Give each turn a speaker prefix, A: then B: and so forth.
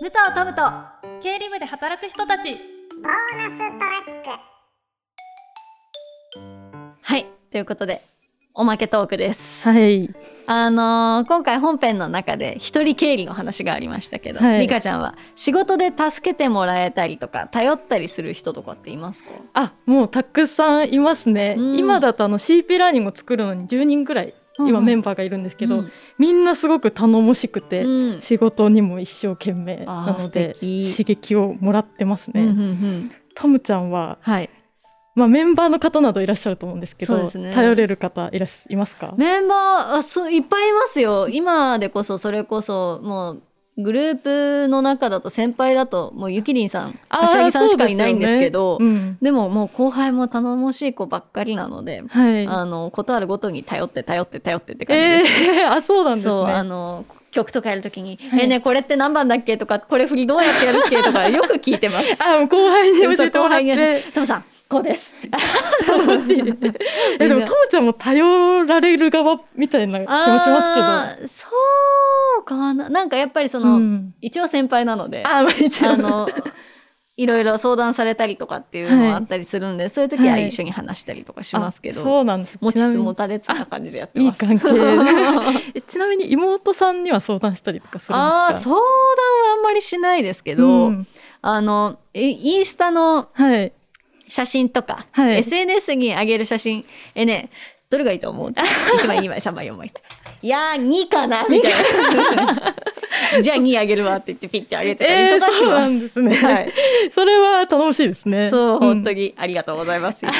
A: 武藤トムと
B: 経理部で働く人たち
C: ボーナストラック
D: はいということでおまけトークです、
A: はい
D: あのー今回本編の中で一人経理の話がありましたけど、
A: はい
D: リカちゃんは仕事で助けてもらえたりとか頼ったりする人とかっていますか
A: あもうたくさんいますね、
D: うん
A: 今だとあの CP ラーニングを作るのに10人くらい今メンバーがいるんですけど、
D: うん
A: みんなすごく頼もしくて、
D: うん
A: 仕事にも一生懸命な
D: あー
A: ので
D: 素
A: 刺
D: 敵
A: 激をもらってますね、
D: うんうんうん
A: トムちゃんは、
D: はい
A: まあ、メンバーの方などいらっしゃると思うんですけ
D: そう
A: ど
D: ですね
A: 頼れる方いらっしいますか、
D: メンバーあそういっぱいいますよ今でこそそれこそもうグループの中だと先輩だともうゆきりんさん
A: あー
D: 柏木さんしかいないん
A: そうで
D: です
A: よ
D: す
A: ね
D: けど
A: うん
D: でももう後輩も頼もしい子ばっかりなので、
A: はい
D: あのことあるごとに頼って頼って頼ってって感じ
A: え
D: です。
A: ー、あそうなんです
D: そうあ
A: ね
D: の曲とかやるときに「えねこれって何番だっけ?」とか「これ振りどうやってやるっけ?」と かよく聞いてます。
A: あもう後輩に教
D: そう
A: えても
D: 後
A: らっ
D: 輩に
A: て
D: 「トムさんこうです」って言って
A: 楽しいえでもトムちゃんも頼られる側みたいな気もしますけど
D: あーそうかななんかやっぱりその、
A: うん
D: 一応先輩なのであ
A: あまあ一応
D: のいろいろ相談されたりとかっていうのはあったりするんで、そういう時は
A: はい
D: 一緒に話したりとかしますけど、
A: あそうなんです
D: 持ち
A: ちなみ
D: つ
A: に
D: 持たれつな感じでやって
A: いい
D: ます。
A: 関係えちなみに妹さんには相談したりとかするんですか
D: あー相談はあんまりしないですけど、
A: うん
D: あのえインスタの
A: はい
D: 写真とか、
A: はい
D: SNS に上げる写真えねどれがいいと 思う ?1 枚2枚3枚4枚っていやー2かなみたいな じゃあ2あげるわって言ってピッてあげてたりとかし
A: そう
D: ま
A: なん
D: す
A: で、すね、
D: はい、
A: それは楽しいですね
D: そう、
A: ん
D: 本当にありがとうございます。いつも